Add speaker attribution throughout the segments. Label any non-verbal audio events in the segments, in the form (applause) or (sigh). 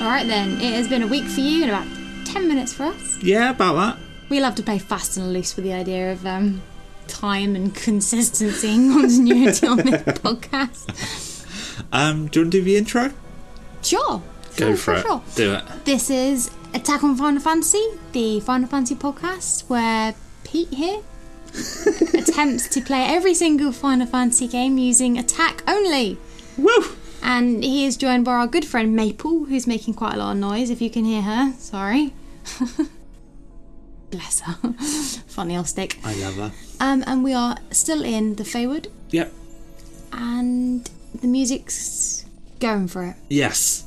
Speaker 1: right then, it has been a week for you and about 10 minutes for us.
Speaker 2: Yeah, about that.
Speaker 1: We love to play fast and loose with the idea of um, time and (laughs) consistency and continuity on
Speaker 2: (laughs)
Speaker 1: this podcast.
Speaker 2: Um, do you want to do the intro?
Speaker 1: Sure.
Speaker 2: Go
Speaker 1: sure, sure,
Speaker 2: for it.
Speaker 1: sure.
Speaker 2: Do it.
Speaker 1: This is Attack on Final Fantasy, the Final Fantasy podcast where Pete
Speaker 2: (laughs)
Speaker 1: here attempts to play every single Final Fantasy game using attack only.
Speaker 2: Woo!
Speaker 1: And he is joined by our good friend Maple, who's making quite a lot of noise if you can hear her. Sorry. (laughs) Bless her. (laughs) Funny old stick.
Speaker 2: I love her.
Speaker 1: Um, and we are still in the Feywood,
Speaker 2: Yep.
Speaker 1: and the music's going for it.
Speaker 2: Yes.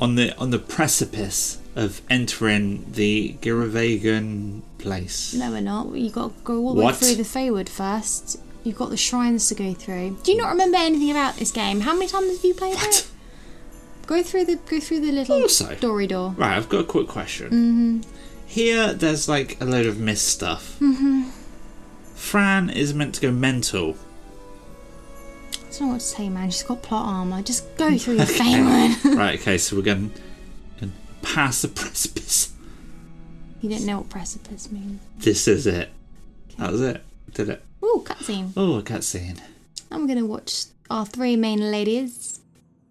Speaker 2: On the on the precipice of entering the Giravagan place.
Speaker 1: No, we're not. you got to go all the way
Speaker 2: What?
Speaker 1: through the Feywood first. You've got the shrines to go through. Do you not remember anything about this game? How many times have you played
Speaker 2: What?
Speaker 1: it? Go through the go through the little
Speaker 2: Also-
Speaker 1: story door.
Speaker 2: Right, I've got a quick question.
Speaker 1: Mm-hmm.
Speaker 2: Here, there's like a load of mist stuff.
Speaker 1: Mm-hmm.
Speaker 2: Fran is meant to
Speaker 1: (laughs)
Speaker 2: go mental.
Speaker 1: I don't know what to say, man. She's got plot armor. Just go through the Feywood. (laughs)
Speaker 2: right, okay, so we're going to pass the (laughs) precipice.
Speaker 1: you didn't know what precipice means.
Speaker 2: This is it. That was it. Did it.
Speaker 1: Ooh, cutscene.
Speaker 2: Oh, a cutscene.
Speaker 1: I'm gonna watch our three main ladies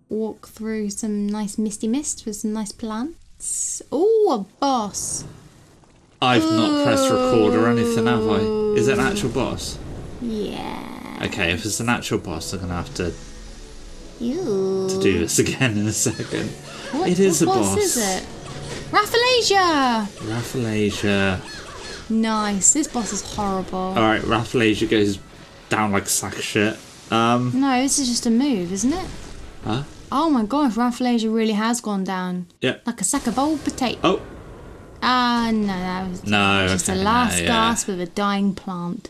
Speaker 1: walk through some nice misty mist with some nice plants. Ooh, a boss.
Speaker 2: I've not pressed record or anything, have I? Is it an
Speaker 1: Mm.
Speaker 2: actual boss?
Speaker 1: Yeah.
Speaker 2: Okay, if it's an actual boss, I'm gonna have to
Speaker 1: Ew.
Speaker 2: do this (laughs) again in a second.
Speaker 1: What-
Speaker 2: it is a
Speaker 1: what
Speaker 2: boss.
Speaker 1: is it? Rafflesia!
Speaker 2: Rafflesia.
Speaker 1: Nice. This boss is horrible.
Speaker 2: Alright, Rafflesia goes down like a sack of shit. Um,
Speaker 1: No, this is just a move, isn't it?
Speaker 2: huh?
Speaker 1: Oh my gosh, Rafflesia really has gone down.
Speaker 2: Yeah.
Speaker 1: Like a sack of old potato.
Speaker 2: Oh,
Speaker 1: Ah, no, that was
Speaker 2: No,
Speaker 1: just
Speaker 2: okay,
Speaker 1: a
Speaker 2: no,
Speaker 1: last
Speaker 2: yeah.
Speaker 1: gasp Hmm. of a dying plant.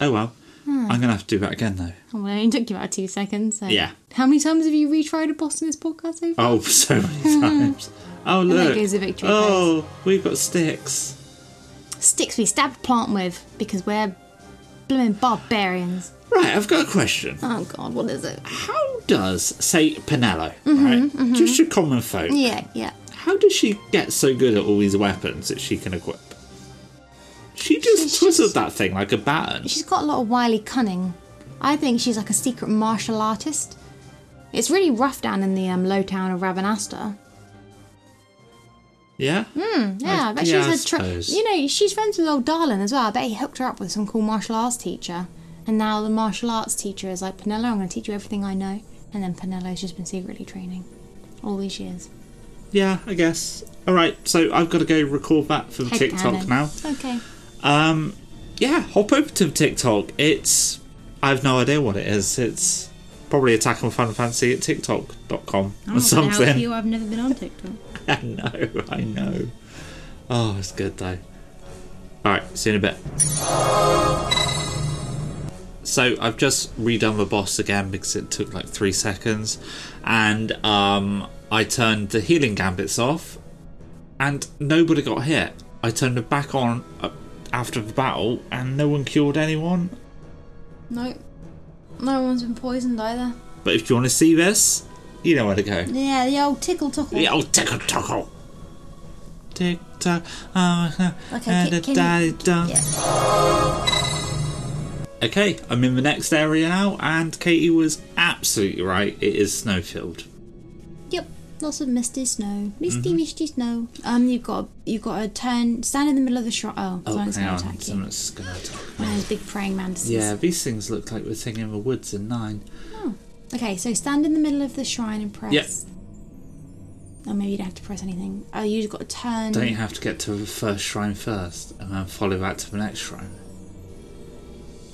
Speaker 2: oh well. I'm gonna have to do that again though.
Speaker 1: Oh, well, it only took you about two seconds. So.
Speaker 2: Yeah.
Speaker 1: How many times have you retried a boss in this podcast so far?
Speaker 2: Oh, (laughs) so many times. Oh
Speaker 1: there
Speaker 2: look.
Speaker 1: Hmm. goes the victory
Speaker 2: oh, we've got sticks.
Speaker 1: Sticks we stabbed plant with because we're blooming barbarians.
Speaker 2: Right, I've got a question.
Speaker 1: Oh god, what is it?
Speaker 2: How does say Pinello,
Speaker 1: Mm-hmm,
Speaker 2: right? Just your common folk.
Speaker 1: Yeah, yeah.
Speaker 2: How does she get so good at all these weapons that she can equip? She just
Speaker 1: She's
Speaker 2: twizzled that thing like a baton.
Speaker 1: She's got a lot of wily cunning. I think she's like a secret martial artist. It's really rough down in the um, low town of Ravenasta.
Speaker 2: Yeah?
Speaker 1: Yeah, I bet
Speaker 2: yeah, I
Speaker 1: she's a tra-
Speaker 2: suppose.
Speaker 1: you know she's friends with old Darlin as well. I bet he hooked her up with some cool martial arts teacher, and now the martial arts teacher is like Pinello. I'm going to teach you everything I know, and then Pinello's just been secretly training all these years.
Speaker 2: Yeah, I guess. Alright, so I've got to go record that from
Speaker 1: Head
Speaker 2: TikTok
Speaker 1: cannon.
Speaker 2: now.
Speaker 1: Okay,
Speaker 2: Um, yeah, hop over to TikTok. It's. I have no idea what it is. It's probably Attack on Final Fantasy at TikTok.com
Speaker 3: I
Speaker 2: or
Speaker 3: don't know how
Speaker 2: something.
Speaker 3: you. I've never been on TikTok.
Speaker 2: (laughs) I know, I know. Oh, it's good though. Alright, see you in a bit. So I've just redone the boss again because it took like three seconds. And um, I turned the healing gambits off and nobody got hit. I turned it back on uh, after the battle and no one cured anyone.
Speaker 1: no, no one's been poisoned either.
Speaker 2: But if you want to see this, you know where to go.
Speaker 1: Yeah, the old tickle tockle.
Speaker 2: The old tickle tockle. Tick tock. Oh,
Speaker 1: Okay,
Speaker 2: and
Speaker 1: can-
Speaker 2: a
Speaker 1: can
Speaker 2: daddy
Speaker 1: you-
Speaker 2: dunk.
Speaker 1: Yeah.
Speaker 2: Okay, I'm in the next area now, and Katie was absolutely right. It is Snowfield.
Speaker 1: Yep. Lots of misty snow, misty,
Speaker 2: Mm-hmm.
Speaker 1: misty snow. Um, you've got you've got to turn, stand in the middle of the shrine. Oh,
Speaker 2: Oh,
Speaker 1: someone's
Speaker 2: hang
Speaker 1: going
Speaker 2: on.
Speaker 1: to attack you.
Speaker 2: Someone's gonna attack.
Speaker 1: One of those big praying mantises.
Speaker 2: Yeah, these things look like we're singing in the woods in nine.
Speaker 1: Okay, so stand in the middle of the shrine and press.
Speaker 2: Yep.
Speaker 1: Oh, maybe you don't have to press anything. Oh, you've got to turn.
Speaker 2: Don't you have to get to the first shrine first, and then follow that to the next shrine?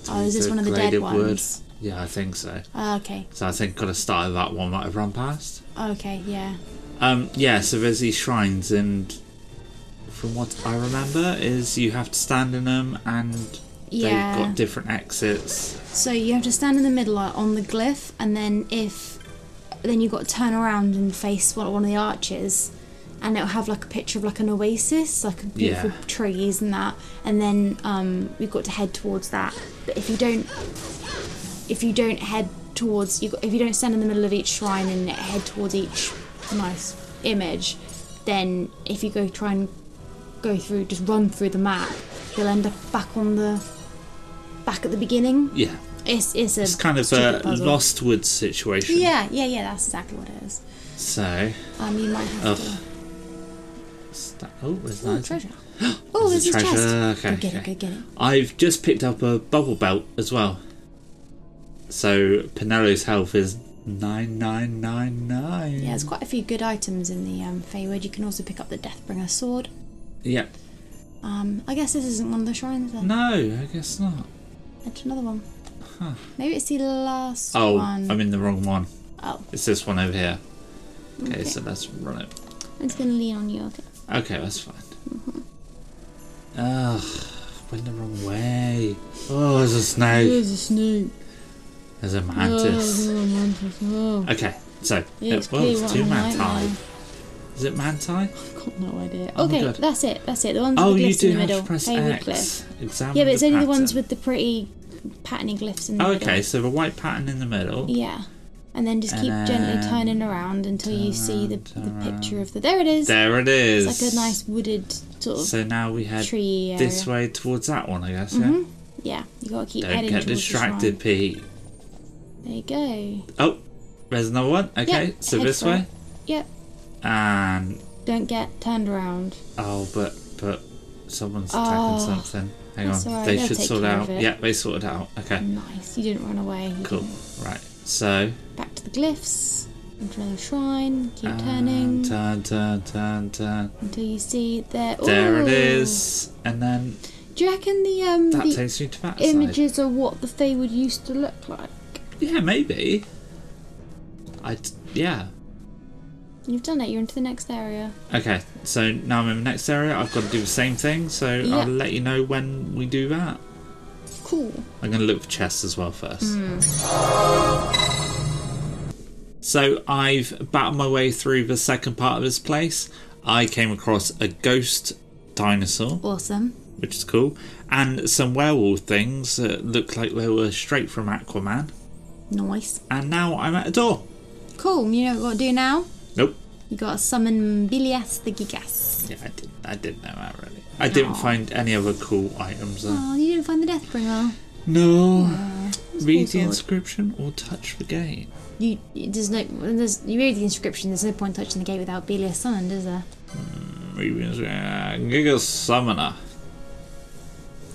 Speaker 1: oh, is this
Speaker 2: The
Speaker 1: one of the dead
Speaker 2: graded
Speaker 1: ones?
Speaker 2: wood? Yeah, I think so.
Speaker 1: Oh, okay.
Speaker 2: So I think gotta start with that one that I've run past.
Speaker 1: Okay, yeah.
Speaker 2: Um, yeah, so there's these shrines, and from what I remember, is you have to stand in them, and
Speaker 1: Yeah.
Speaker 2: they've got different exits.
Speaker 1: So you have to stand in the middle like, on the glyph, and then if. Then you've got to turn around and face one, one of the arches, and it'll have like a picture of like an oasis, like a beautiful
Speaker 2: Yeah.
Speaker 1: trees and that. And then um, you've got to head towards that. But if you don't. If you don't head towards. You, if you don't stand in the middle of each shrine and head towards each nice image, then if you go try and go through, just run through the map, you'll end up back on the back at the beginning.
Speaker 2: Yeah.
Speaker 1: It's it's a
Speaker 2: It's kind of a
Speaker 1: stupid puzzle.
Speaker 2: Lost Woods situation.
Speaker 1: Yeah, yeah, yeah. That's exactly what it is.
Speaker 2: So,
Speaker 1: Um, you might have
Speaker 2: Ugh.
Speaker 1: to.
Speaker 2: is that- oh, there's
Speaker 1: Oh,
Speaker 2: that.
Speaker 1: treasure. oh,
Speaker 2: (gasps) There's
Speaker 1: there's
Speaker 2: a
Speaker 1: his chest.
Speaker 2: treasure. Okay,
Speaker 1: go get
Speaker 2: okay.
Speaker 1: it. Go get it.
Speaker 2: I've just picked up a bubble belt as well. So Pinello's health is nine nine nine nine.
Speaker 1: Yeah, there's quite a few good items in the um, Feywild. You can also pick up the Deathbringer sword.
Speaker 2: Yeah.
Speaker 1: Um, I guess this isn't one of the shrines. Then.
Speaker 2: No, I guess not.
Speaker 1: That's another one. Maybe it's the last
Speaker 2: Oh,
Speaker 1: one.
Speaker 2: I'm in the wrong one.
Speaker 1: oh,
Speaker 2: It's this one over here. Okay,
Speaker 1: Okay.
Speaker 2: so let's run it.
Speaker 1: I'm just gonna lean on you. Okay.
Speaker 2: Okay, that's fine. Ugh, went the wrong way. Oh, there's a snake.
Speaker 1: a snake. Oh,
Speaker 2: There's a mantis. Okay, so it was two manti. Is it manti?
Speaker 1: I've got no idea.
Speaker 2: Oh my
Speaker 1: okay,
Speaker 2: God.
Speaker 1: that's it. That's it. The ones
Speaker 2: Oh,
Speaker 1: with the
Speaker 2: you
Speaker 1: glyphs
Speaker 2: do
Speaker 1: in the
Speaker 2: have
Speaker 1: middle.
Speaker 2: to press
Speaker 1: Feywild
Speaker 2: X.
Speaker 1: Cliff.
Speaker 2: Examine
Speaker 1: Yeah, but it's only the
Speaker 2: pattern.
Speaker 1: ones with the pretty patterny glyphs in the
Speaker 2: Oh,
Speaker 1: middle.
Speaker 2: okay, so the white pattern in the middle.
Speaker 1: Yeah. And then just keep
Speaker 2: And
Speaker 1: gently
Speaker 2: then
Speaker 1: turning around until you see the,
Speaker 2: turn
Speaker 1: the picture
Speaker 2: around.
Speaker 1: of the. There it is.
Speaker 2: There it is.
Speaker 1: It's like a nice wooded sort of
Speaker 2: So now we head
Speaker 1: tree area.
Speaker 2: this way towards that one, I guess.
Speaker 1: Yeah, you gotta keep
Speaker 2: Yeah. Don't
Speaker 1: heading
Speaker 2: get
Speaker 1: towards
Speaker 2: distracted,
Speaker 1: The
Speaker 2: Pete.
Speaker 1: shrine. there you go.
Speaker 2: Oh, there's another one. Okay,
Speaker 1: Yep,
Speaker 2: so
Speaker 1: head
Speaker 2: this
Speaker 1: for it.
Speaker 2: way.
Speaker 1: Yep.
Speaker 2: And
Speaker 1: Don't get turned around.
Speaker 2: oh, but but someone's
Speaker 1: Oh,
Speaker 2: attacking something. Hang
Speaker 1: that's
Speaker 2: on,
Speaker 1: alright,
Speaker 2: they
Speaker 1: they'll
Speaker 2: should
Speaker 1: take
Speaker 2: sort
Speaker 1: care
Speaker 2: out.
Speaker 1: of it.
Speaker 2: Yeah, they sorted out. Okay,
Speaker 1: Nice. You didn't run away. You
Speaker 2: cool.
Speaker 1: didn't.
Speaker 2: Right, so
Speaker 1: Back to the glyphs. Into another shrine. Keep
Speaker 2: and uh,
Speaker 1: turning
Speaker 2: turn, turn, turn, turn.
Speaker 1: until you see there.
Speaker 2: There it
Speaker 1: Ooh.
Speaker 2: is, and then
Speaker 1: Do you reckon the um
Speaker 2: that
Speaker 1: the
Speaker 2: takes me to that side.
Speaker 1: images are what the Feywood used to look like?
Speaker 2: Yeah, maybe. I d- yeah.
Speaker 1: You've done it. You're into the next area.
Speaker 2: Okay, so now I'm in the next area. I've got to do the same thing, so
Speaker 1: Yeah.
Speaker 2: I'll let you know when we do that.
Speaker 1: Cool.
Speaker 2: I'm going to look for chests as well first. So I've battled my way through the second part of this place. I came across a ghost dinosaur,
Speaker 1: Awesome.
Speaker 2: which is cool, and some werewolf things that looked like they were straight from Aquaman.
Speaker 1: Nice.
Speaker 2: And now I'm at a door.
Speaker 1: Cool. You know what we gotta do now?
Speaker 2: Nope.
Speaker 1: You gotta summon Bilias the Gigas.
Speaker 2: Yeah, I didn't. I didn't know that really. I didn't
Speaker 1: Aw.
Speaker 2: find any other cool items. Though.
Speaker 1: Oh, you didn't find the Deathbringer.
Speaker 2: No. Read the
Speaker 1: awkward.
Speaker 2: inscription or touch the gate.
Speaker 1: You there's no there's you read the inscription. There's no point touching the gate without Belial summoned, is there?
Speaker 2: Read the inscription. Giga Summoner.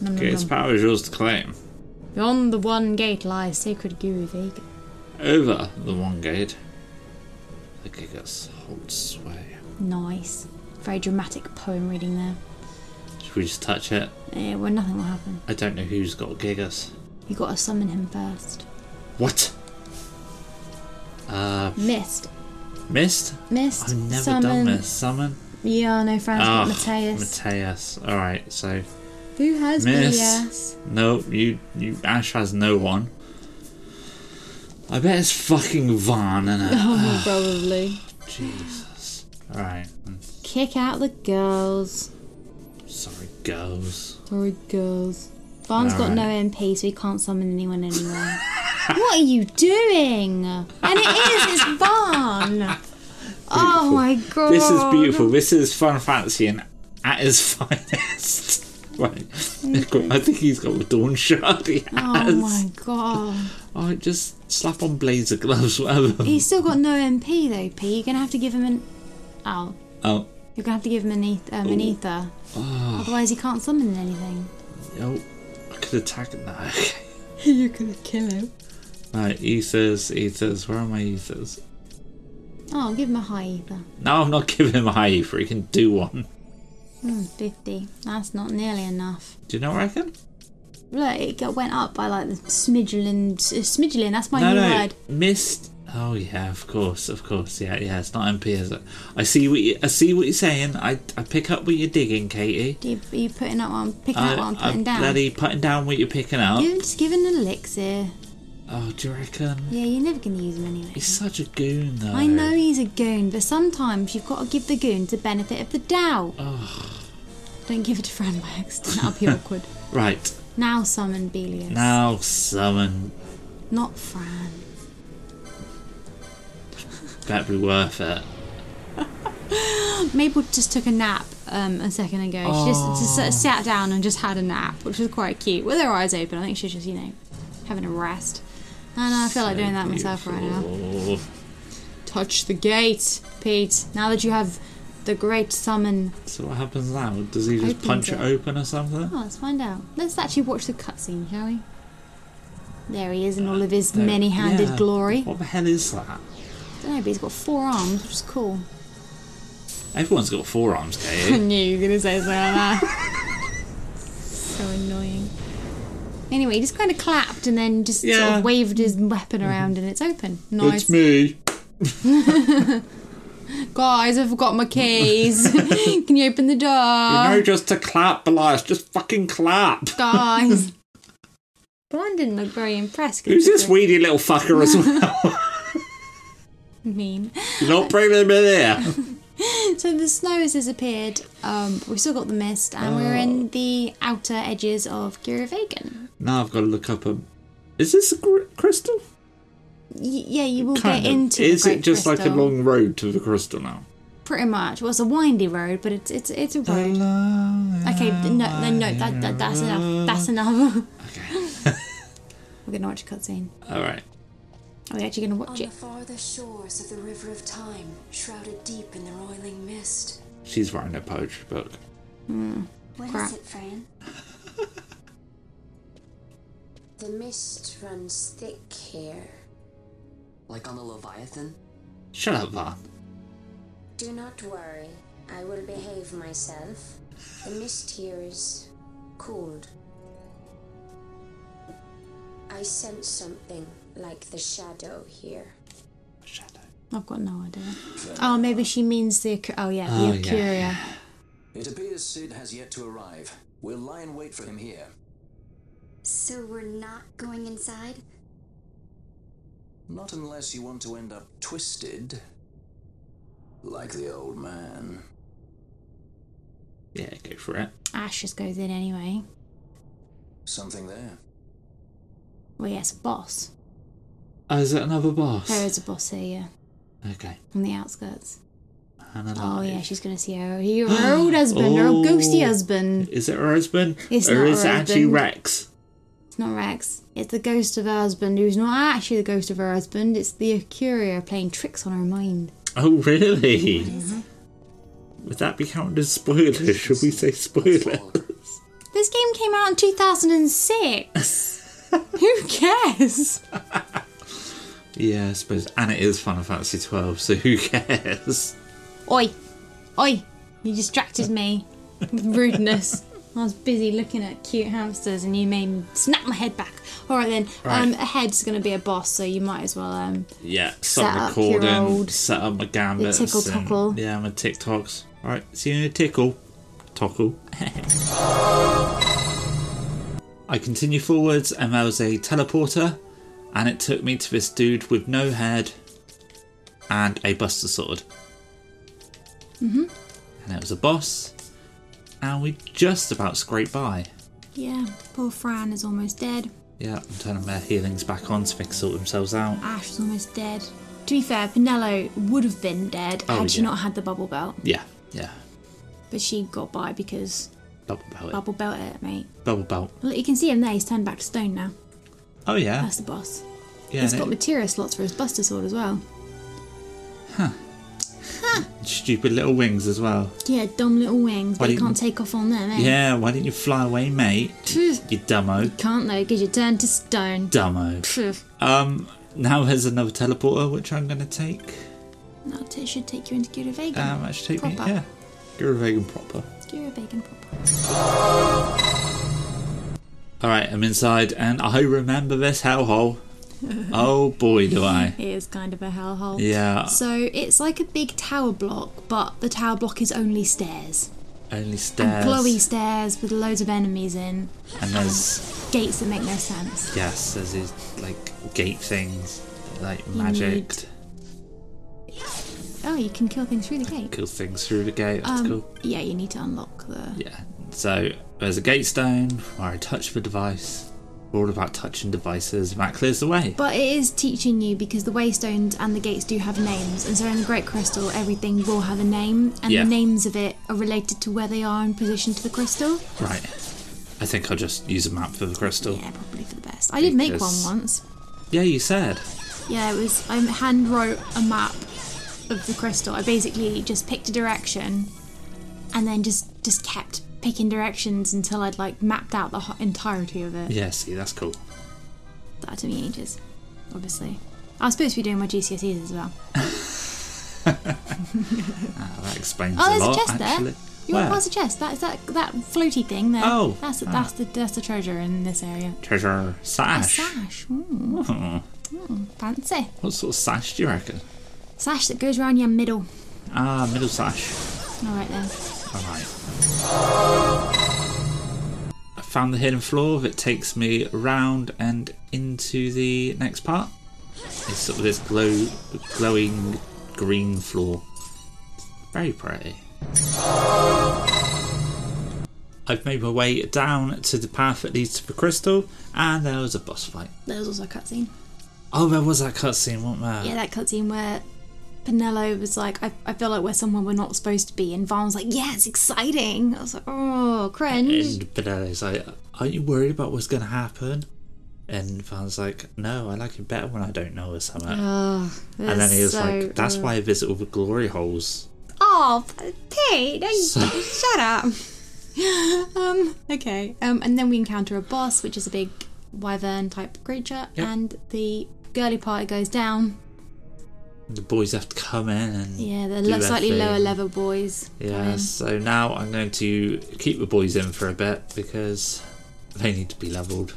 Speaker 1: Nom, nom,
Speaker 2: Gate's
Speaker 1: nom.
Speaker 2: power is yours to claim.
Speaker 1: Beyond the one gate lies sacred Guru Vega.
Speaker 2: Over the one gate, the Gigas hold sway.
Speaker 1: Nice, very dramatic poem reading there.
Speaker 2: Should we just touch it?
Speaker 1: Eh, well, nothing will happen.
Speaker 2: I don't know who's got Gigas.
Speaker 1: You got to summon him first.
Speaker 2: What? Uh,
Speaker 1: Missed,
Speaker 2: missed?
Speaker 1: missed.
Speaker 2: I've never
Speaker 1: summon.
Speaker 2: done this. Summon?
Speaker 1: Yeah, no, Franz,
Speaker 2: Ah,
Speaker 1: but Mateus.
Speaker 2: Mateus. Alright, so.
Speaker 1: Who has
Speaker 2: Miss.
Speaker 1: Belias?
Speaker 2: No, you, you. Ash has no one. I bet it's fucking Vaughn,
Speaker 1: (laughs)
Speaker 2: is
Speaker 1: (sighs)
Speaker 2: it?
Speaker 1: Oh, probably.
Speaker 2: Jesus. Alright. I'm
Speaker 1: Kick out the girls.
Speaker 2: sorry, girls.
Speaker 1: Sorry, girls. Barn's got no MP, so he can't summon anyone anyway. (laughs) what are you doing? And it is, it's (laughs) Barn! Oh my god.
Speaker 2: This is beautiful. This is fun fancy and at his (laughs) finest. right. I think he's got a Dawn Shard. He
Speaker 1: Oh
Speaker 2: has.
Speaker 1: my god.
Speaker 2: Oh, just slap on blazer gloves, (laughs) whatever.
Speaker 1: He's still got no MP though, P. You're gonna have to give him an. Oh.
Speaker 2: Oh,
Speaker 1: You're gonna have to give him an, eth- um, an ether. Otherwise, he can't summon anything.
Speaker 2: oh. I could attack him now. Okay.
Speaker 1: (laughs) You're gonna kill him.
Speaker 2: Right, ethers, ethers. Where are my ethers?
Speaker 1: Oh, give him a high ether.
Speaker 2: No, I'm not giving him a high ether. He can do one.
Speaker 1: Hmm, 50. That's not nearly enough.
Speaker 2: Do you know what I reckon?
Speaker 1: Look, it got- went up by like the smidgelin. Smidgelin, that's my
Speaker 2: no,
Speaker 1: new
Speaker 2: no,
Speaker 1: word.
Speaker 2: missed. Oh yeah, of course, of course, yeah, yeah. It's not MP, is it? I see what you, I see what you're saying. I, I pick up what you're digging, Katie.
Speaker 1: Do you, are you putting up what I'm picking
Speaker 2: I,
Speaker 1: up what I'm putting
Speaker 2: I'm
Speaker 1: down?
Speaker 2: Uh, bloody putting down what you're picking up.
Speaker 1: Give him, just give him an elixir.
Speaker 2: Oh, do you reckon?
Speaker 1: Yeah, you're never going to use him anyway.
Speaker 2: He's such a goon, though.
Speaker 1: I know he's a goon, but sometimes you've got to give the goon the benefit of the doubt. Don't give it to Fran by accident. That'll
Speaker 2: (laughs)
Speaker 1: be awkward.
Speaker 2: Right
Speaker 1: Now summon Belius.
Speaker 2: now, summon.
Speaker 1: Not Fran.
Speaker 2: That'd be worth it.
Speaker 1: Mabel just took a nap um, a second ago. She just, just
Speaker 2: Oh.
Speaker 1: sort of sat down and just had a nap, which was quite cute. With her eyes open, I think she's just, you know, having a rest. And I feel like doing that myself right now.
Speaker 2: Beautiful.
Speaker 1: Touch the gate, Pete. Now that you have the great summon.
Speaker 2: So what happens now? Does he just
Speaker 1: Opens
Speaker 2: punch it
Speaker 1: it.
Speaker 2: open or something?
Speaker 1: Oh, let's find out. Let's actually watch the cutscene, shall we? There he is in all of his
Speaker 2: No.
Speaker 1: many handed
Speaker 2: Yeah.
Speaker 1: glory.
Speaker 2: What the hell is that?
Speaker 1: don't know, but he's got four arms, which is cool.
Speaker 2: Everyone's got forearms,
Speaker 1: I
Speaker 2: Katie.
Speaker 1: knew you were gonna say something like that. so annoying. Anyway, he just kind of clapped and then just sort
Speaker 2: Yeah.
Speaker 1: of waved his weapon around and it's open.
Speaker 2: it's
Speaker 1: (laughs) Nice.
Speaker 2: me.
Speaker 1: Guys, I've got my keys. (laughs)
Speaker 2: (laughs)
Speaker 1: Can you open the door?
Speaker 2: you know just to clap, Belias. Just fucking clap. (laughs)
Speaker 1: Guys. Blonde didn't look very impressed.
Speaker 2: Who's this
Speaker 1: considering-
Speaker 2: weedy little fucker
Speaker 1: (laughs)
Speaker 2: as well?
Speaker 1: Mean. (laughs)
Speaker 2: You're not bringing him in here.
Speaker 1: So the snow has disappeared. Um, we've still got the mist and we're
Speaker 2: Uh,
Speaker 1: in the outer edges of Giravagan.
Speaker 2: Now I've got to look up a. Is this a gr- crystal?
Speaker 1: Y- yeah, you will
Speaker 2: Kind
Speaker 1: get
Speaker 2: of.
Speaker 1: into
Speaker 2: Is
Speaker 1: the
Speaker 2: it
Speaker 1: Great
Speaker 2: just like a
Speaker 1: Crystal.
Speaker 2: long road to the crystal now?
Speaker 1: Pretty much. Well, it's a windy road, but it's it's it's a road. Okay,
Speaker 2: Okay,
Speaker 1: th- no, no, no. That, that that's enough. That's enough. (laughs) We're gonna watch a cutscene.
Speaker 2: All right.
Speaker 1: Are we actually gonna
Speaker 3: On
Speaker 1: watch
Speaker 3: the
Speaker 4: Oh,
Speaker 1: it?
Speaker 3: farthest shores of the River of Time, shrouded deep in the roiling mist.
Speaker 2: She's writing a poetry book.
Speaker 4: What is
Speaker 1: Crap.
Speaker 4: it, Fran? (laughs) the mist runs thick here.
Speaker 5: Like on the Leviathan?
Speaker 2: Shut up, Van.
Speaker 4: Do not worry, I will behave myself. The mist here is cooled. I sense something like the shadow here.
Speaker 2: Shut up.
Speaker 1: I've got no idea. Oh, maybe she means the. Ac- Oh yeah, the
Speaker 2: Oh, yeah.
Speaker 1: Acuria.
Speaker 6: It appears Sid has yet to arrive. We'll lie in wait for him here.
Speaker 4: So we're not going inside?
Speaker 6: Not unless you want to end up twisted. Like the old man.
Speaker 2: Yeah, go for it.
Speaker 1: Ash just goes in anyway.
Speaker 6: Something there.
Speaker 1: Well, yes, a boss.
Speaker 2: Oh, is it another boss?
Speaker 1: There is a boss here. Yeah,
Speaker 2: Okay.
Speaker 1: on the outskirts.
Speaker 2: And a
Speaker 1: Oh
Speaker 2: light.
Speaker 1: yeah, she's gonna see her. Her
Speaker 2: (gasps)
Speaker 1: old husband. Her old ghosty
Speaker 2: Oh.
Speaker 1: husband.
Speaker 2: Is it her husband?
Speaker 1: It's
Speaker 2: or
Speaker 1: not
Speaker 2: is
Speaker 1: her
Speaker 2: it actually
Speaker 1: husband.
Speaker 2: Rex?
Speaker 1: It's not Rex. It's the ghost of her husband, who's not actually the ghost of her husband. It's the Acuria playing tricks on her mind.
Speaker 2: Oh, really? Would that be counted as spoilers? Should we say spoiler?
Speaker 1: This game came out in 2006. Who cares?
Speaker 2: yeah, I suppose. And it is Final Fantasy twelve, so who cares?
Speaker 1: Oi, oi, you distracted me with rudeness. I was busy looking at cute hamsters and you made me snap my head back. All right then, um,
Speaker 2: Right.
Speaker 1: a head's going to be a boss, so you might as well. Um,
Speaker 2: Yeah,
Speaker 1: Set
Speaker 2: stop
Speaker 1: up your
Speaker 2: recording.
Speaker 1: old-
Speaker 2: set up my gambits.
Speaker 1: your tickle
Speaker 2: and-
Speaker 1: tockle.
Speaker 2: Yeah, my TikToks. All right, see you in a tickle.
Speaker 1: (laughs)
Speaker 2: Tockle. I continue forwards, and there was a teleporter, and it took me to this dude with no head and a buster sword. Mm-hmm.
Speaker 1: Mm-hmm.
Speaker 2: And it was a boss, and we just about scraped by.
Speaker 1: yeah, poor Fran is almost dead.
Speaker 2: Yeah, I'm turning their healings back on so they can sort themselves out.
Speaker 1: Ash is almost dead. To be fair, Pinello would have been dead
Speaker 2: Oh,
Speaker 1: had she
Speaker 2: yeah.
Speaker 1: not had the bubble belt,
Speaker 2: Yeah, yeah.
Speaker 1: but she got by because
Speaker 2: Bubble belt. it.
Speaker 1: bubble belt it, mate.
Speaker 2: Bubble belt.
Speaker 1: Well, you can see him there. He's turned back to stone now.
Speaker 2: Oh yeah.
Speaker 1: That's the boss.
Speaker 2: Yeah,
Speaker 1: He's
Speaker 2: and
Speaker 1: got
Speaker 2: it-
Speaker 1: materia slots for his Buster Sword as well.
Speaker 2: stupid little wings as well.
Speaker 1: Yeah, dumb little wings,
Speaker 2: Why
Speaker 1: but he
Speaker 2: didn't-
Speaker 1: can't take off on them, eh?
Speaker 2: Yeah, why didn't you fly away, mate?
Speaker 1: Phew.
Speaker 2: you dumbo.
Speaker 1: Can't though, because you're turned to stone.
Speaker 2: Dumbo.
Speaker 1: Phew.
Speaker 2: Um, now there's another teleporter which I'm going to take.
Speaker 1: That t- should take you into Gura Vegan.
Speaker 2: Um, that should take
Speaker 1: proper.
Speaker 2: me. Yeah. You're a vegan proper.
Speaker 1: Gura Vegan proper.
Speaker 2: Alright, I'm inside and I remember this
Speaker 1: (laughs)
Speaker 2: hellhole. oh boy, do I.
Speaker 1: It is kind of a hellhole.
Speaker 2: Yeah.
Speaker 1: So it's like a big tower block, but the tower block is only stairs.
Speaker 2: Only stairs.
Speaker 1: And glowy stairs with loads of enemies in.
Speaker 2: And there's,
Speaker 1: Gates that make no sense.
Speaker 2: yes, there's these, like, gate things. Like,
Speaker 1: need-
Speaker 2: magic.
Speaker 1: Oh, you can kill things through the gate.
Speaker 2: Kill things through the gate. That's
Speaker 1: Um,
Speaker 2: cool.
Speaker 1: Yeah, you need to unlock the.
Speaker 2: Yeah. So there's a gate stone where I touch the device We're all about touching devices, and that clears the way.
Speaker 1: But it is teaching you because the waystones and the gates do have names, and so in the Great Crystal, everything will have a name, and
Speaker 2: Yeah.
Speaker 1: the names of it are related to where they are in position to the crystal.
Speaker 2: Right. I think I'll just use a map for the crystal.
Speaker 1: Yeah, probably for the best. I did make one
Speaker 2: Because-
Speaker 1: once.
Speaker 2: Yeah, you said.
Speaker 1: Yeah, it was. I hand wrote a map of the crystal. I basically just picked a direction, and then just just kept picking directions until I'd like mapped out the ho- entirety of it.
Speaker 2: Yeah, see, that's cool.
Speaker 1: That took me ages, obviously. I was supposed to be doing my GCSEs as well.
Speaker 2: That explains
Speaker 1: Oh,
Speaker 2: a
Speaker 1: there's
Speaker 2: lot,
Speaker 1: a chest
Speaker 2: actually.
Speaker 1: there. You
Speaker 2: Where?
Speaker 1: want past the chest? That's that that floaty thing there.
Speaker 2: Oh,
Speaker 1: that's the,
Speaker 2: ah.
Speaker 1: that's the that's the treasure in this area.
Speaker 2: Treasure
Speaker 1: A
Speaker 2: sash.
Speaker 1: sash. Ooh,
Speaker 2: Hmm.
Speaker 1: fancy.
Speaker 2: What sort of sash do you reckon?
Speaker 1: Sash that goes around your middle.
Speaker 2: Ah, middle sash.
Speaker 1: All right then.
Speaker 2: Alright. I found the hidden floor that takes me round and into the next part. It's sort of this glow, glowing green floor. Very pretty. I've made my way down to the path that leads to the crystal, and there was a boss fight.
Speaker 1: There was also a cutscene.
Speaker 2: Oh, there was that cutscene, uh, wasn't there?
Speaker 1: Yeah, that cutscene where Pinello was like, I, I feel like we're somewhere we're not supposed to be. And Vaughn was like, yeah, it's exciting. I was like, oh, cringe.
Speaker 2: And Benelli's like, Aren't you worried about what's going to happen? And Van's like, No, I like it better when I don't know or something.
Speaker 1: Ugh,
Speaker 2: and then
Speaker 1: that's
Speaker 2: he was
Speaker 1: so
Speaker 2: like, That's
Speaker 1: rude.
Speaker 2: why I visit all the glory holes.
Speaker 1: Oh, Pete, don't you-
Speaker 2: (laughs)
Speaker 1: shut up. (laughs) um, okay. Um, and then we encounter a boss, which is a big wyvern type creature.
Speaker 2: Yep.
Speaker 1: And the girly party goes down.
Speaker 2: The boys have to come in and.
Speaker 1: Yeah, the
Speaker 2: do
Speaker 1: lo-
Speaker 2: their
Speaker 1: slightly
Speaker 2: thing.
Speaker 1: lower level boys. come
Speaker 2: Yeah,
Speaker 1: in.
Speaker 2: so now I'm going to keep the boys in for a bit because they need to be leveled.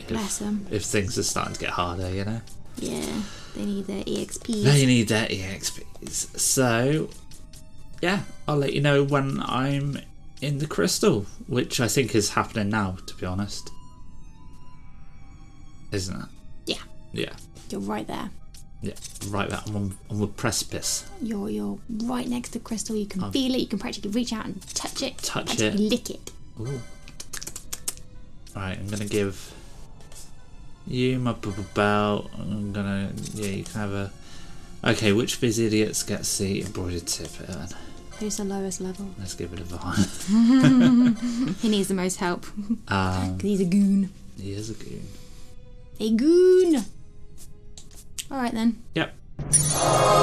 Speaker 2: If,
Speaker 1: Bless 'em.
Speaker 2: If things are starting to get harder, you know?
Speaker 1: Yeah, they need their E EXP.
Speaker 2: They need their EXPs. So, yeah, I'll let you know when I'm in the crystal, which I think is happening now, to be honest. Isn't it?
Speaker 1: Yeah.
Speaker 2: Yeah.
Speaker 1: You're right there.
Speaker 2: Yeah. Right, there. I'm on, on the precipice.
Speaker 1: You're you're right next to Crystal. You can feel it. You can practically reach out and touch it.
Speaker 2: Touch
Speaker 1: practically Lick it.
Speaker 2: Ooh. Alright, I'm gonna give you my bubble belt. I'm gonna. Yeah, you can have a. Okay, which of these idiots gets the embroidered tip? Uh,
Speaker 1: Who's the lowest level?
Speaker 2: Let's give it a (laughs) vine.
Speaker 1: He needs the most help. 'Cause
Speaker 2: Um,
Speaker 1: he's a goon.
Speaker 2: he is a goon.
Speaker 1: A goon. All right then.
Speaker 2: Yep.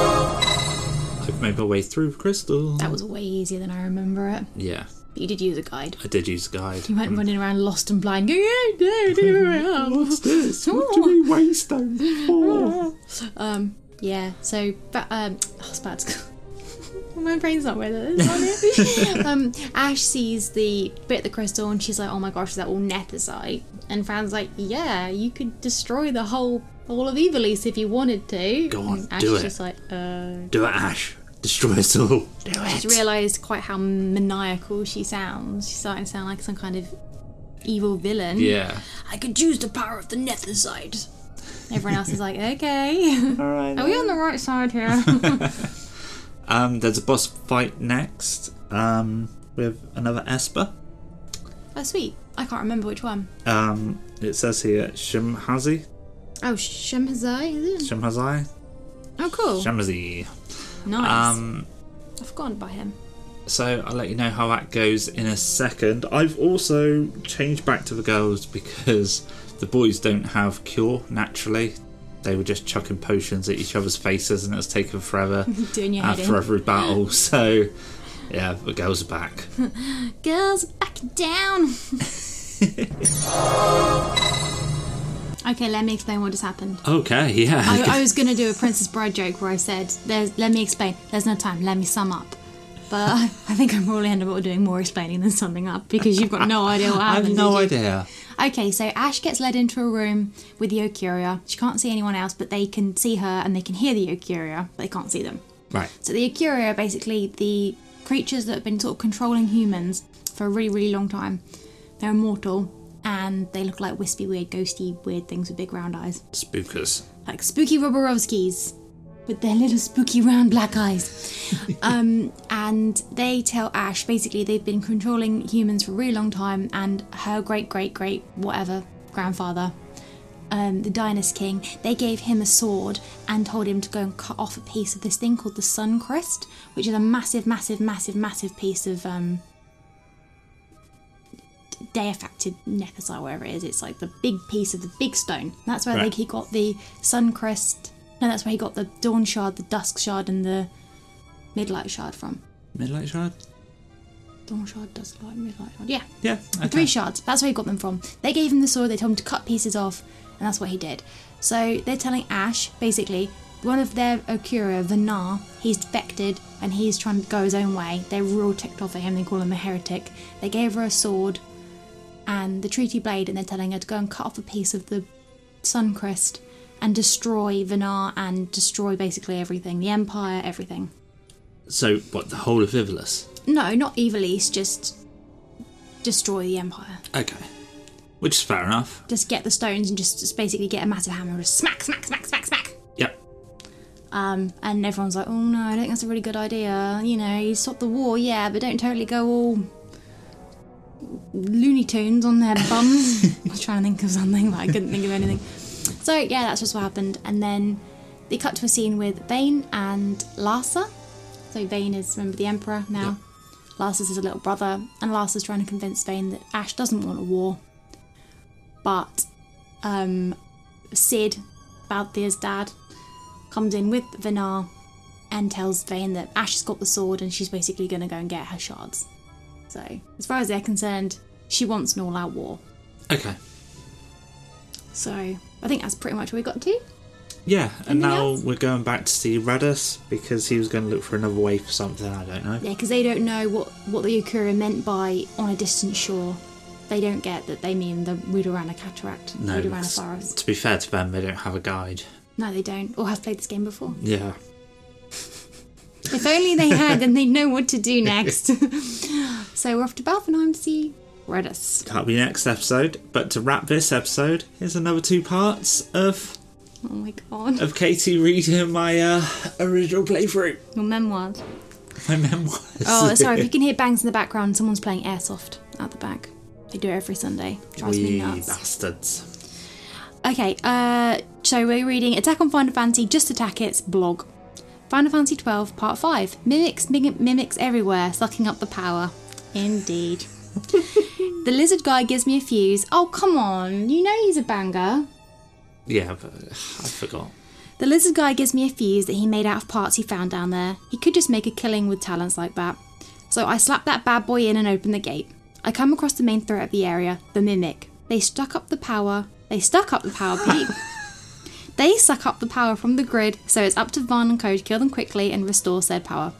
Speaker 2: I've made my way through Crystal.
Speaker 1: That was way easier than I remember it.
Speaker 2: Yeah,
Speaker 1: But you did use a guide.
Speaker 2: I did use a guide.
Speaker 1: You went running around lost and blind. going, "Yeah, yeah, yeah, yeah."
Speaker 2: What's this? What do we waste them for?
Speaker 1: (laughs) um. Yeah. So, but um, oh, it's bad. (laughs) My brain's not with it. It's
Speaker 2: (laughs)
Speaker 1: on it. um, Ash sees the bit of the crystal and she's like, "Oh my gosh, is that all nethysite?" And Fran's like, "Yeah, you could destroy the whole all of Evilise if you wanted to."
Speaker 2: Go on,
Speaker 1: And Ash
Speaker 2: do
Speaker 1: is
Speaker 2: it.
Speaker 1: just like, "Uh."
Speaker 2: Do it, Ash. Destroy us all. Do
Speaker 1: She's realised quite how maniacal she sounds. She's starting to sound like some kind of evil villain.
Speaker 2: Yeah.
Speaker 1: I could use the power of the nethysite. Everyone else is like, "Okay,
Speaker 2: (laughs) All right.
Speaker 1: are we on the right side
Speaker 2: (laughs)
Speaker 1: here?"
Speaker 2: Um, there's a boss fight next. Um, with another Esper.
Speaker 1: Oh, sweet. I can't remember which one.
Speaker 2: Um, it says here Shemhazi.
Speaker 1: Oh, Shemhazai, is it?
Speaker 2: Shemhazai.
Speaker 1: Oh, cool.
Speaker 2: Shemhazi.
Speaker 1: nice.
Speaker 2: Um,
Speaker 1: I've gone by him.
Speaker 2: so I'll let you know how that goes in a second. I've also changed back to the girls because the boys don't have cure naturally. They were just chucking potions at each other's faces, and it's taken forever
Speaker 1: (laughs) Doing your head
Speaker 2: after
Speaker 1: in. (laughs)
Speaker 2: every battle. So, yeah, the girls are back.
Speaker 1: Girls, back down! (laughs) okay, let me explain what just happened.
Speaker 2: Okay, yeah.
Speaker 1: I, I was going to do a Princess Bride joke where I said, There's, let me explain. There's no time. Let me sum up. But (laughs) I, I think I'm probably end up doing more explaining than summing up because you've got no idea what
Speaker 2: I
Speaker 1: happened. did
Speaker 2: have no
Speaker 1: you?
Speaker 2: idea.
Speaker 1: Okay, so Ash gets led into a room with the Okuria. She can't see anyone else, but they can see her and they can hear the Okuria, but they can't see them.
Speaker 2: Right.
Speaker 1: So the Akuria are basically the creatures that have been sort of controlling humans for a really, really long time. They're immortal and they look like wispy, weird, ghosty, weird things with big round eyes.
Speaker 2: Spookers.
Speaker 1: Like spooky Roborovskis with their little spooky round black eyes. um, and they tell Ash basically they've been controlling humans for a really long time and her great, great, great, whatever grandfather, um, the Dynast King, they gave him a sword and told him to go and cut off a piece of this thing called the Sun Crest, which is a massive, massive, massive, massive piece of um, deified nethysite, whatever it is. It's like the big piece of the big stone. That's where
Speaker 2: Right.
Speaker 1: like, he got the Sun Crest. No, that's where he got the Dawn Shard, the Dusk Shard, and the Midlight Shard from.
Speaker 2: Midlight shard?
Speaker 1: Dawn Shard, Dusk Light, Midlight Shard. Yeah.
Speaker 2: Yeah.
Speaker 1: The Three shards. That's where he got them from. They gave him the sword. They told him to cut pieces off, and that's what he did. So they're telling Ash basically one of their Okura, Vanar, he's defected and he's trying to go his own way. They're real ticked off at him. They call him a heretic. They gave her a sword and the treaty blade, and they're telling her to go and cut off a piece of the Sun Crest and destroy Vanar and destroy basically everything, the Empire, everything.
Speaker 2: So what? The whole of Ivalus.
Speaker 1: No, not Evil East. Just destroy the Empire.
Speaker 2: Okay. Which is fair enough.
Speaker 1: just get the stones and just, just basically get a massive hammer and just smack, smack, smack, smack, smack.
Speaker 2: Yep.
Speaker 1: Um, and everyone's like, oh no, I don't think that's a really good idea. You know, you stop the war, yeah, but don't totally go all Looney Tunes on their bums. I was trying to think of something, but I couldn't think of anything. So yeah, that's just what happened. And then they cut to a scene with Vane and Larsa. So Vane is remember the Emperor now. Larsa's his little brother, and Larsa's trying to convince Vane that Ash doesn't want a war. But um, Sid, Balthier's dad, comes in with Vinar and tells Vayne that Ash has got the sword and she's basically going to go and get her shards. So, as far as they're concerned, she wants an all out war.
Speaker 2: Okay.
Speaker 1: So, I think that's pretty much what we got to.
Speaker 2: Yeah, and
Speaker 1: Anything
Speaker 2: now
Speaker 1: else?
Speaker 2: we're going back to see Radus because he was going to look for another way for something. I don't know.
Speaker 1: Yeah, because they don't know what, what the Yukura meant by on a distant shore. They don't get that they mean the Rudorana Cataract,
Speaker 2: No.
Speaker 1: Rudorana
Speaker 2: because
Speaker 1: Forest.
Speaker 2: To be fair to them, they don't have a guide.
Speaker 1: No, they don't, or have played this game before.
Speaker 2: Yeah.
Speaker 1: If only they had, then they'd know what to
Speaker 2: (laughs)
Speaker 1: do next. (laughs) so, we're off to Balfenheim to see Redis.
Speaker 2: That'll be next episode. But to wrap this episode, here's another two parts of
Speaker 1: Oh my god.
Speaker 2: of Katie reading my uh, original playthrough,
Speaker 1: Your memoirs.
Speaker 2: my memoirs. (laughs)
Speaker 1: Oh, sorry. If you can hear bangs in the background, someone's playing airsoft at the back. They do it every Sunday. Drives me
Speaker 2: Wee
Speaker 1: nuts.
Speaker 2: bastards.
Speaker 1: Okay, uh, so we're reading Attack on Final Fantasy, Just Attack It's blog. Final Fantasy 12, Part 5. Mimics, mim- mimics everywhere, sucking up the power. Indeed. the lizard guy gives me a fuse. Oh, come on. You know he's a banger.
Speaker 2: Yeah, but ugh,
Speaker 1: (laughs)
Speaker 2: I forgot.
Speaker 1: The lizard guy gives me a fuse that he made out of parts he found down there. He could just make a killing with talents like that. So I slap that bad boy in and open the gate. I come across the main threat of the area, the mimic. They stuck up the power. They stuck up the power peak. they suck up the power from the grid, so it's up to Varn and Co to kill them quickly and restore said power.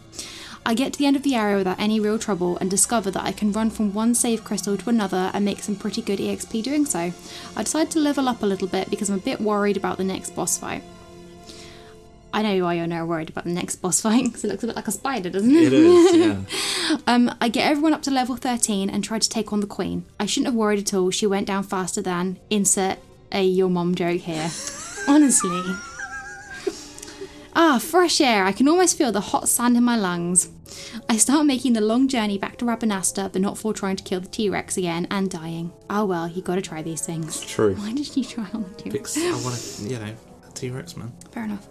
Speaker 1: I get to the end of the area without any real trouble and discover that I can run from one save crystal to another and make some pretty good EXP doing so. I decide to level up a little bit because I'm a bit worried about the next boss fight. I know why you're now worried about the next boss fight because it looks a bit like a spider, doesn't it?
Speaker 2: It is. Yeah.
Speaker 1: Um, I get everyone up to level 13 and try to take on the queen. I shouldn't have worried at all. She went down faster than insert a your mom joke here. Honestly. Ah, fresh air. I can almost feel the hot sand in my lungs. I start making the long journey back to Rabanasta, but not before trying to kill the T Rex again and dying. Ah, well, you gotta try these things.
Speaker 2: True.
Speaker 1: Why did you try on the T Rex?
Speaker 2: Because I want to, you know, T Rex man.
Speaker 1: Fair enough.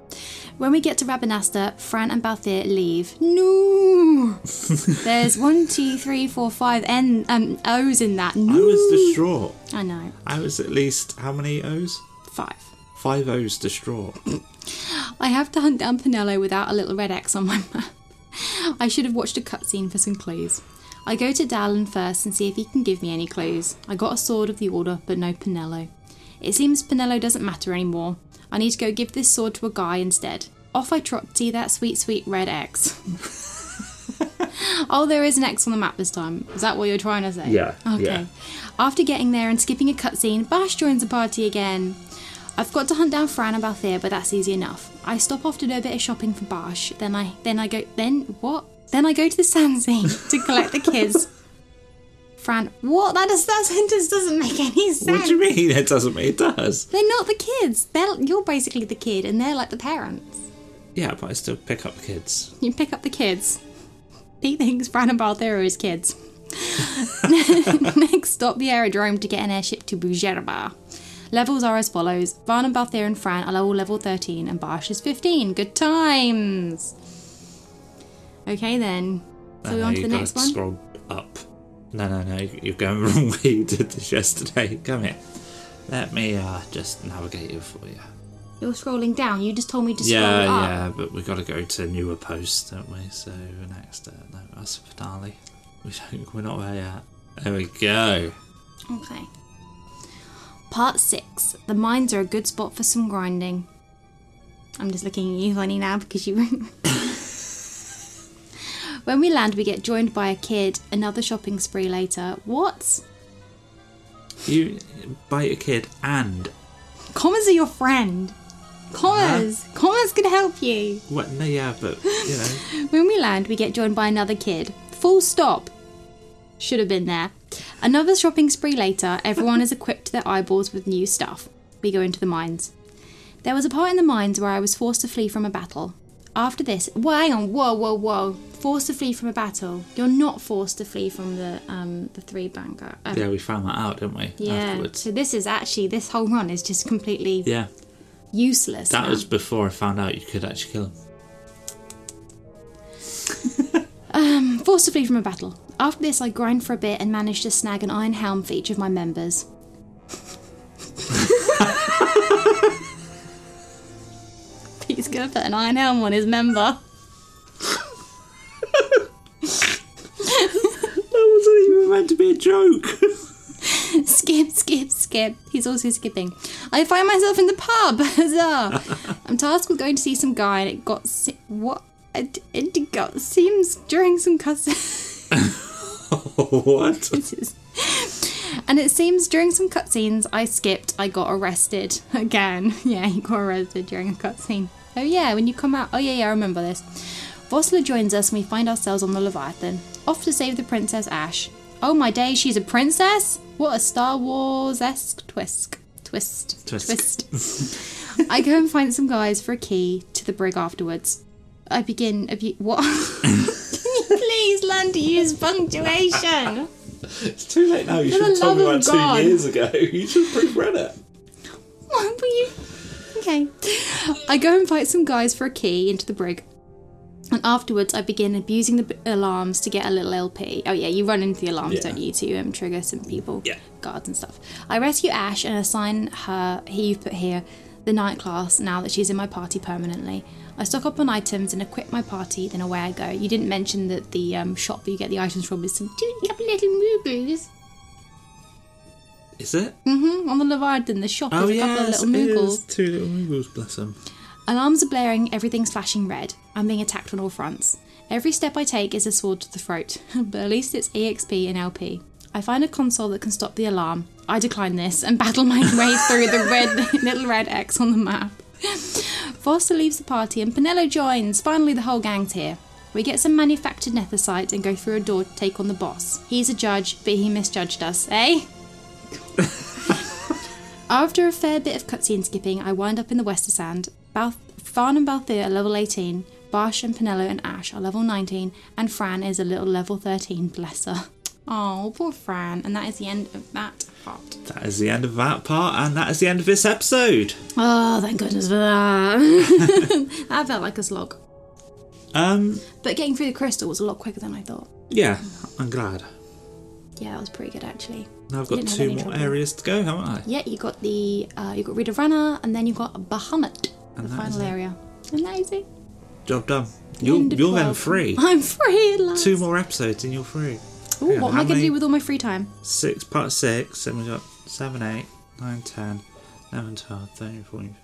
Speaker 1: When we get to Rabanasta, Fran and Balthier leave.
Speaker 2: (laughs)
Speaker 1: No! There's one, two, three, four, five N um, O's in that. No!
Speaker 2: I was distraught.
Speaker 1: I know.
Speaker 2: I was at least how many O's?
Speaker 1: Five.
Speaker 2: Five O's distraught.
Speaker 1: I have to hunt down Pinello without a little red X on my map. (laughs) I should have watched a cutscene for some clues. I go to Dallin first and see if he can give me any clues. I got a sword of the order, but no Pinello. It seems Pinello doesn't matter anymore. I need to go give this sword to a guy instead. Off I trot to see that sweet, sweet red X. oh, there is an X on the map this time. Is that what you're trying to say?
Speaker 2: Yeah,
Speaker 1: Okay.
Speaker 2: yeah.
Speaker 1: After getting there and skipping a cutscene, Bash joins the party again. I've got to hunt down Fran and Balthier, but that's easy enough. I stop off to do a bit of shopping for Bash. Then I then I go then what? Then I go to the Sanzi (laughs) to collect the kids. Fran, what? That does that (laughs) sentence doesn't make any sense.
Speaker 2: what do you mean? It doesn't mean it does.
Speaker 1: They're not the kids. They're you're basically the kid, and they're like the parents.
Speaker 2: Yeah, but I still pick up kids. (laughs)
Speaker 1: You pick up the kids. He thinks Fran and Balthier are his kids. Next stop the aerodrome to get an airship to Bujerba. Levels are as follows. Varn and Balthier and Fran are all level 13 and Barsh is 15. Good times! Okay then. So
Speaker 2: And
Speaker 1: we
Speaker 2: now
Speaker 1: on to
Speaker 2: you've
Speaker 1: the
Speaker 2: got
Speaker 1: next
Speaker 2: to
Speaker 1: one?
Speaker 2: Scroll up. No, no, no. You're going (laughs) the wrong way. You did this yesterday. (laughs) Come here. Let me uh, just navigate it for you.
Speaker 1: You're scrolling down. You just told me to scroll
Speaker 2: yeah,
Speaker 1: up.
Speaker 2: yeah. But we got to go to newer posts, don't we? So next, uh, no, that's the finale. We don't. We're not there yet. There we go.
Speaker 1: Okay. Part six. The mines are a good spot for some grinding. I'm just looking at you funny now because you. (laughs) when we land, we get joined by a kid. Another shopping spree later. What?
Speaker 2: You bite a kid and
Speaker 1: Commas are your friend. Commas. Commas can help you.
Speaker 2: what? No, yeah, but you know.
Speaker 1: (laughs) When we land, we get joined by another kid. Full stop. Should have been there. Another shopping spree later, everyone is equipped to their eyeballs with new stuff. We go into the mines. There was a part in the mines where I was forced to flee from a battle. After this, well, hang on, whoa, whoa, whoa. Forced to flee from a battle. You're not forced to flee from the um the three banker. Um,
Speaker 2: Yeah, we found that out, didn't we?
Speaker 1: yeah.
Speaker 2: Afterwards.
Speaker 1: So this is actually this whole run is just completely
Speaker 2: Yeah.
Speaker 1: useless.
Speaker 2: That
Speaker 1: now.
Speaker 2: was before I found out you could
Speaker 1: (laughs)
Speaker 2: actually kill him.
Speaker 1: Forced to flee from a battle. After this, I grind for a bit and manage to snag an iron helm for each of my members. (laughs) He's gonna put an iron helm on his member. (laughs)
Speaker 2: That wasn't even meant to be a joke. (laughs)
Speaker 1: skip, skip, skip. He's also skipping. I find myself in the pub. (laughs) Huzzah! I'm tasked with going to see some guy, and it got si- what it, it got seems during some cuss.
Speaker 2: what?
Speaker 1: (laughs) And it seems during some cutscenes I skipped, I got arrested (laughs) again. Yeah, he got arrested during a cutscene. Oh yeah, when you come out. Oh yeah, yeah, I remember this. Vossler joins us and we find ourselves on the Leviathan, off to save the Princess Ash. Oh my day, she's a princess! What a Star Wars esque twist. Twist.
Speaker 2: Twisk.
Speaker 1: Twist. I go and find some guys for a key to the brig afterwards. I begin. Abu- what? (laughs) Can you please learn to use punctuation?
Speaker 2: It's too late now. You
Speaker 1: For the
Speaker 2: should have told me
Speaker 1: love
Speaker 2: about
Speaker 1: of
Speaker 2: two
Speaker 1: God.
Speaker 2: years ago. (laughs) You should have proofread it.
Speaker 1: Why were you? Okay. I go and fight some guys for a key into the brig. And afterwards, I begin abusing the b- alarms to get a little LP. Oh, yeah, you run into the alarms,
Speaker 2: Yeah.
Speaker 1: don't you, to um, trigger some people,
Speaker 2: Yeah.
Speaker 1: guards and stuff. I rescue Ash and assign her, here you've put here, the night class now that she's in my party permanently. I stock up on items and equip my party, then away I go. You didn't mention that the um, shop you get the items from is some tiny little moogles.
Speaker 2: Is it? Oh,
Speaker 1: hmm on the Leviathan, the shop is a couple of little moogles.
Speaker 2: Two little moogles, bless them.
Speaker 1: Alarms are blaring, everything's flashing red. I'm being attacked on all fronts. Every step I take is a sword to the throat, (laughs) but at least it's EXP and LP. I find a console that can stop the alarm. I decline this and (laughs) battle my way through the red (laughs) little red X on the map. (laughs) Foster leaves the party and Pinello joins. Finally, the whole gang's here. We get some manufactured nethysite and go through a door to take on the boss. He's a judge, but he misjudged us, eh? After a fair bit of cutscene skipping, I wind up in the Wester Sand. Balth- Farn and Balthier are level 18, Barsh and Pinello and Ash are level 19, and Fran is a little level 13, bless her. (laughs) Oh, poor Fran. And that is the end of that part.
Speaker 2: That is the end of that part, and that is the end of this episode.
Speaker 1: Oh, thank goodness for that. that (laughs) felt like a slog.
Speaker 2: Um,
Speaker 1: But getting through the crystal was a lot quicker than I thought.
Speaker 2: yeah, I'm glad.
Speaker 1: Yeah, that was pretty good actually.
Speaker 2: Now I've
Speaker 1: You
Speaker 2: got
Speaker 1: didn't have
Speaker 2: two
Speaker 1: any
Speaker 2: more
Speaker 1: trouble.
Speaker 2: areas to go, haven't I?
Speaker 1: Yeah, you got the uh, you got Rita Runner, and then you got Bahamut,
Speaker 2: And
Speaker 1: the
Speaker 2: that is
Speaker 1: final
Speaker 2: it.
Speaker 1: area. Amazing.
Speaker 2: Job done. You're
Speaker 1: End of
Speaker 2: you're then
Speaker 1: 12. (laughs)
Speaker 2: free.
Speaker 1: I'm free at last.
Speaker 2: Two more episodes and you're free.
Speaker 1: Ooh,
Speaker 2: Hang on,
Speaker 1: what am
Speaker 2: how
Speaker 1: I going to
Speaker 2: many-
Speaker 1: do with all my free time?
Speaker 2: six part six, then we've got seven, eight, nine, ten, eleven, twelve, thirteen, fourteen.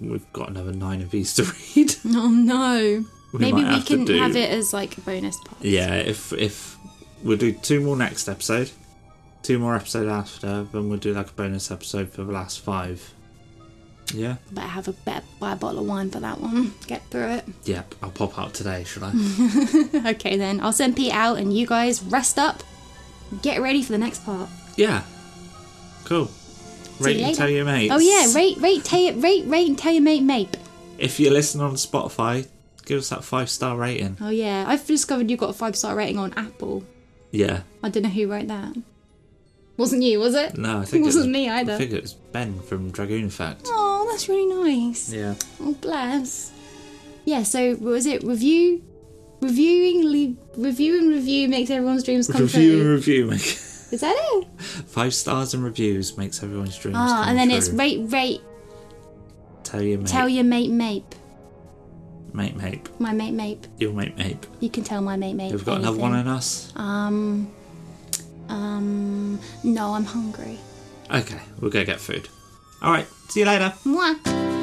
Speaker 2: We've got another nine of these to (laughs) read.
Speaker 1: (laughs) Oh no.
Speaker 2: We
Speaker 1: Maybe
Speaker 2: might
Speaker 1: we
Speaker 2: have to
Speaker 1: can
Speaker 2: do-
Speaker 1: have it as like a bonus part.
Speaker 2: yeah, if if we'll do two more next episode, two more episode after, then we'll do like a bonus episode for the last five. Yeah,
Speaker 1: But have a better buy a bottle of wine for that one. (laughs) Get through it.
Speaker 2: yep. I'll pop out today, should I? (laughs)
Speaker 1: Okay then. I'll send Pete out and you guys rest up. Get ready for the next part.
Speaker 2: yeah, cool.
Speaker 1: you
Speaker 2: Rate and
Speaker 1: later.
Speaker 2: tell your mates.
Speaker 1: Oh yeah, rate, rate, ta- rate, rate, and tell your mate, mate.
Speaker 2: If you're listening on Spotify, give us that five star rating.
Speaker 1: Oh yeah, I've discovered you've got a five star rating on Apple.
Speaker 2: Yeah.
Speaker 1: I don't know who wrote that. Wasn't you, was it?
Speaker 2: No, I
Speaker 1: (laughs)
Speaker 2: think
Speaker 1: wasn't
Speaker 2: it was,
Speaker 1: me either.
Speaker 2: I think it was Ben from Dragoon Fact.
Speaker 1: Oh, that's really nice.
Speaker 2: Yeah.
Speaker 1: Oh, bless. Yeah. So what was it review, reviewing, le- review and review makes everyone's dreams come
Speaker 2: Review and
Speaker 1: true.
Speaker 2: review. make- (laughs)
Speaker 1: Is that it?
Speaker 2: Five stars and reviews makes everyone's dreams
Speaker 1: Ah,
Speaker 2: come
Speaker 1: and then
Speaker 2: true.
Speaker 1: it's rate, rate,
Speaker 2: Tell your mate.
Speaker 1: tell your mate, mape,
Speaker 2: Mate, mate.
Speaker 1: my mate, mape.
Speaker 2: Your mate, mate.
Speaker 1: You can tell my mate, mape.
Speaker 2: We've got another one in us.
Speaker 1: Um, um, no, I'm hungry.
Speaker 2: Okay, we'll go get food. All right, see you later.
Speaker 1: Mwah.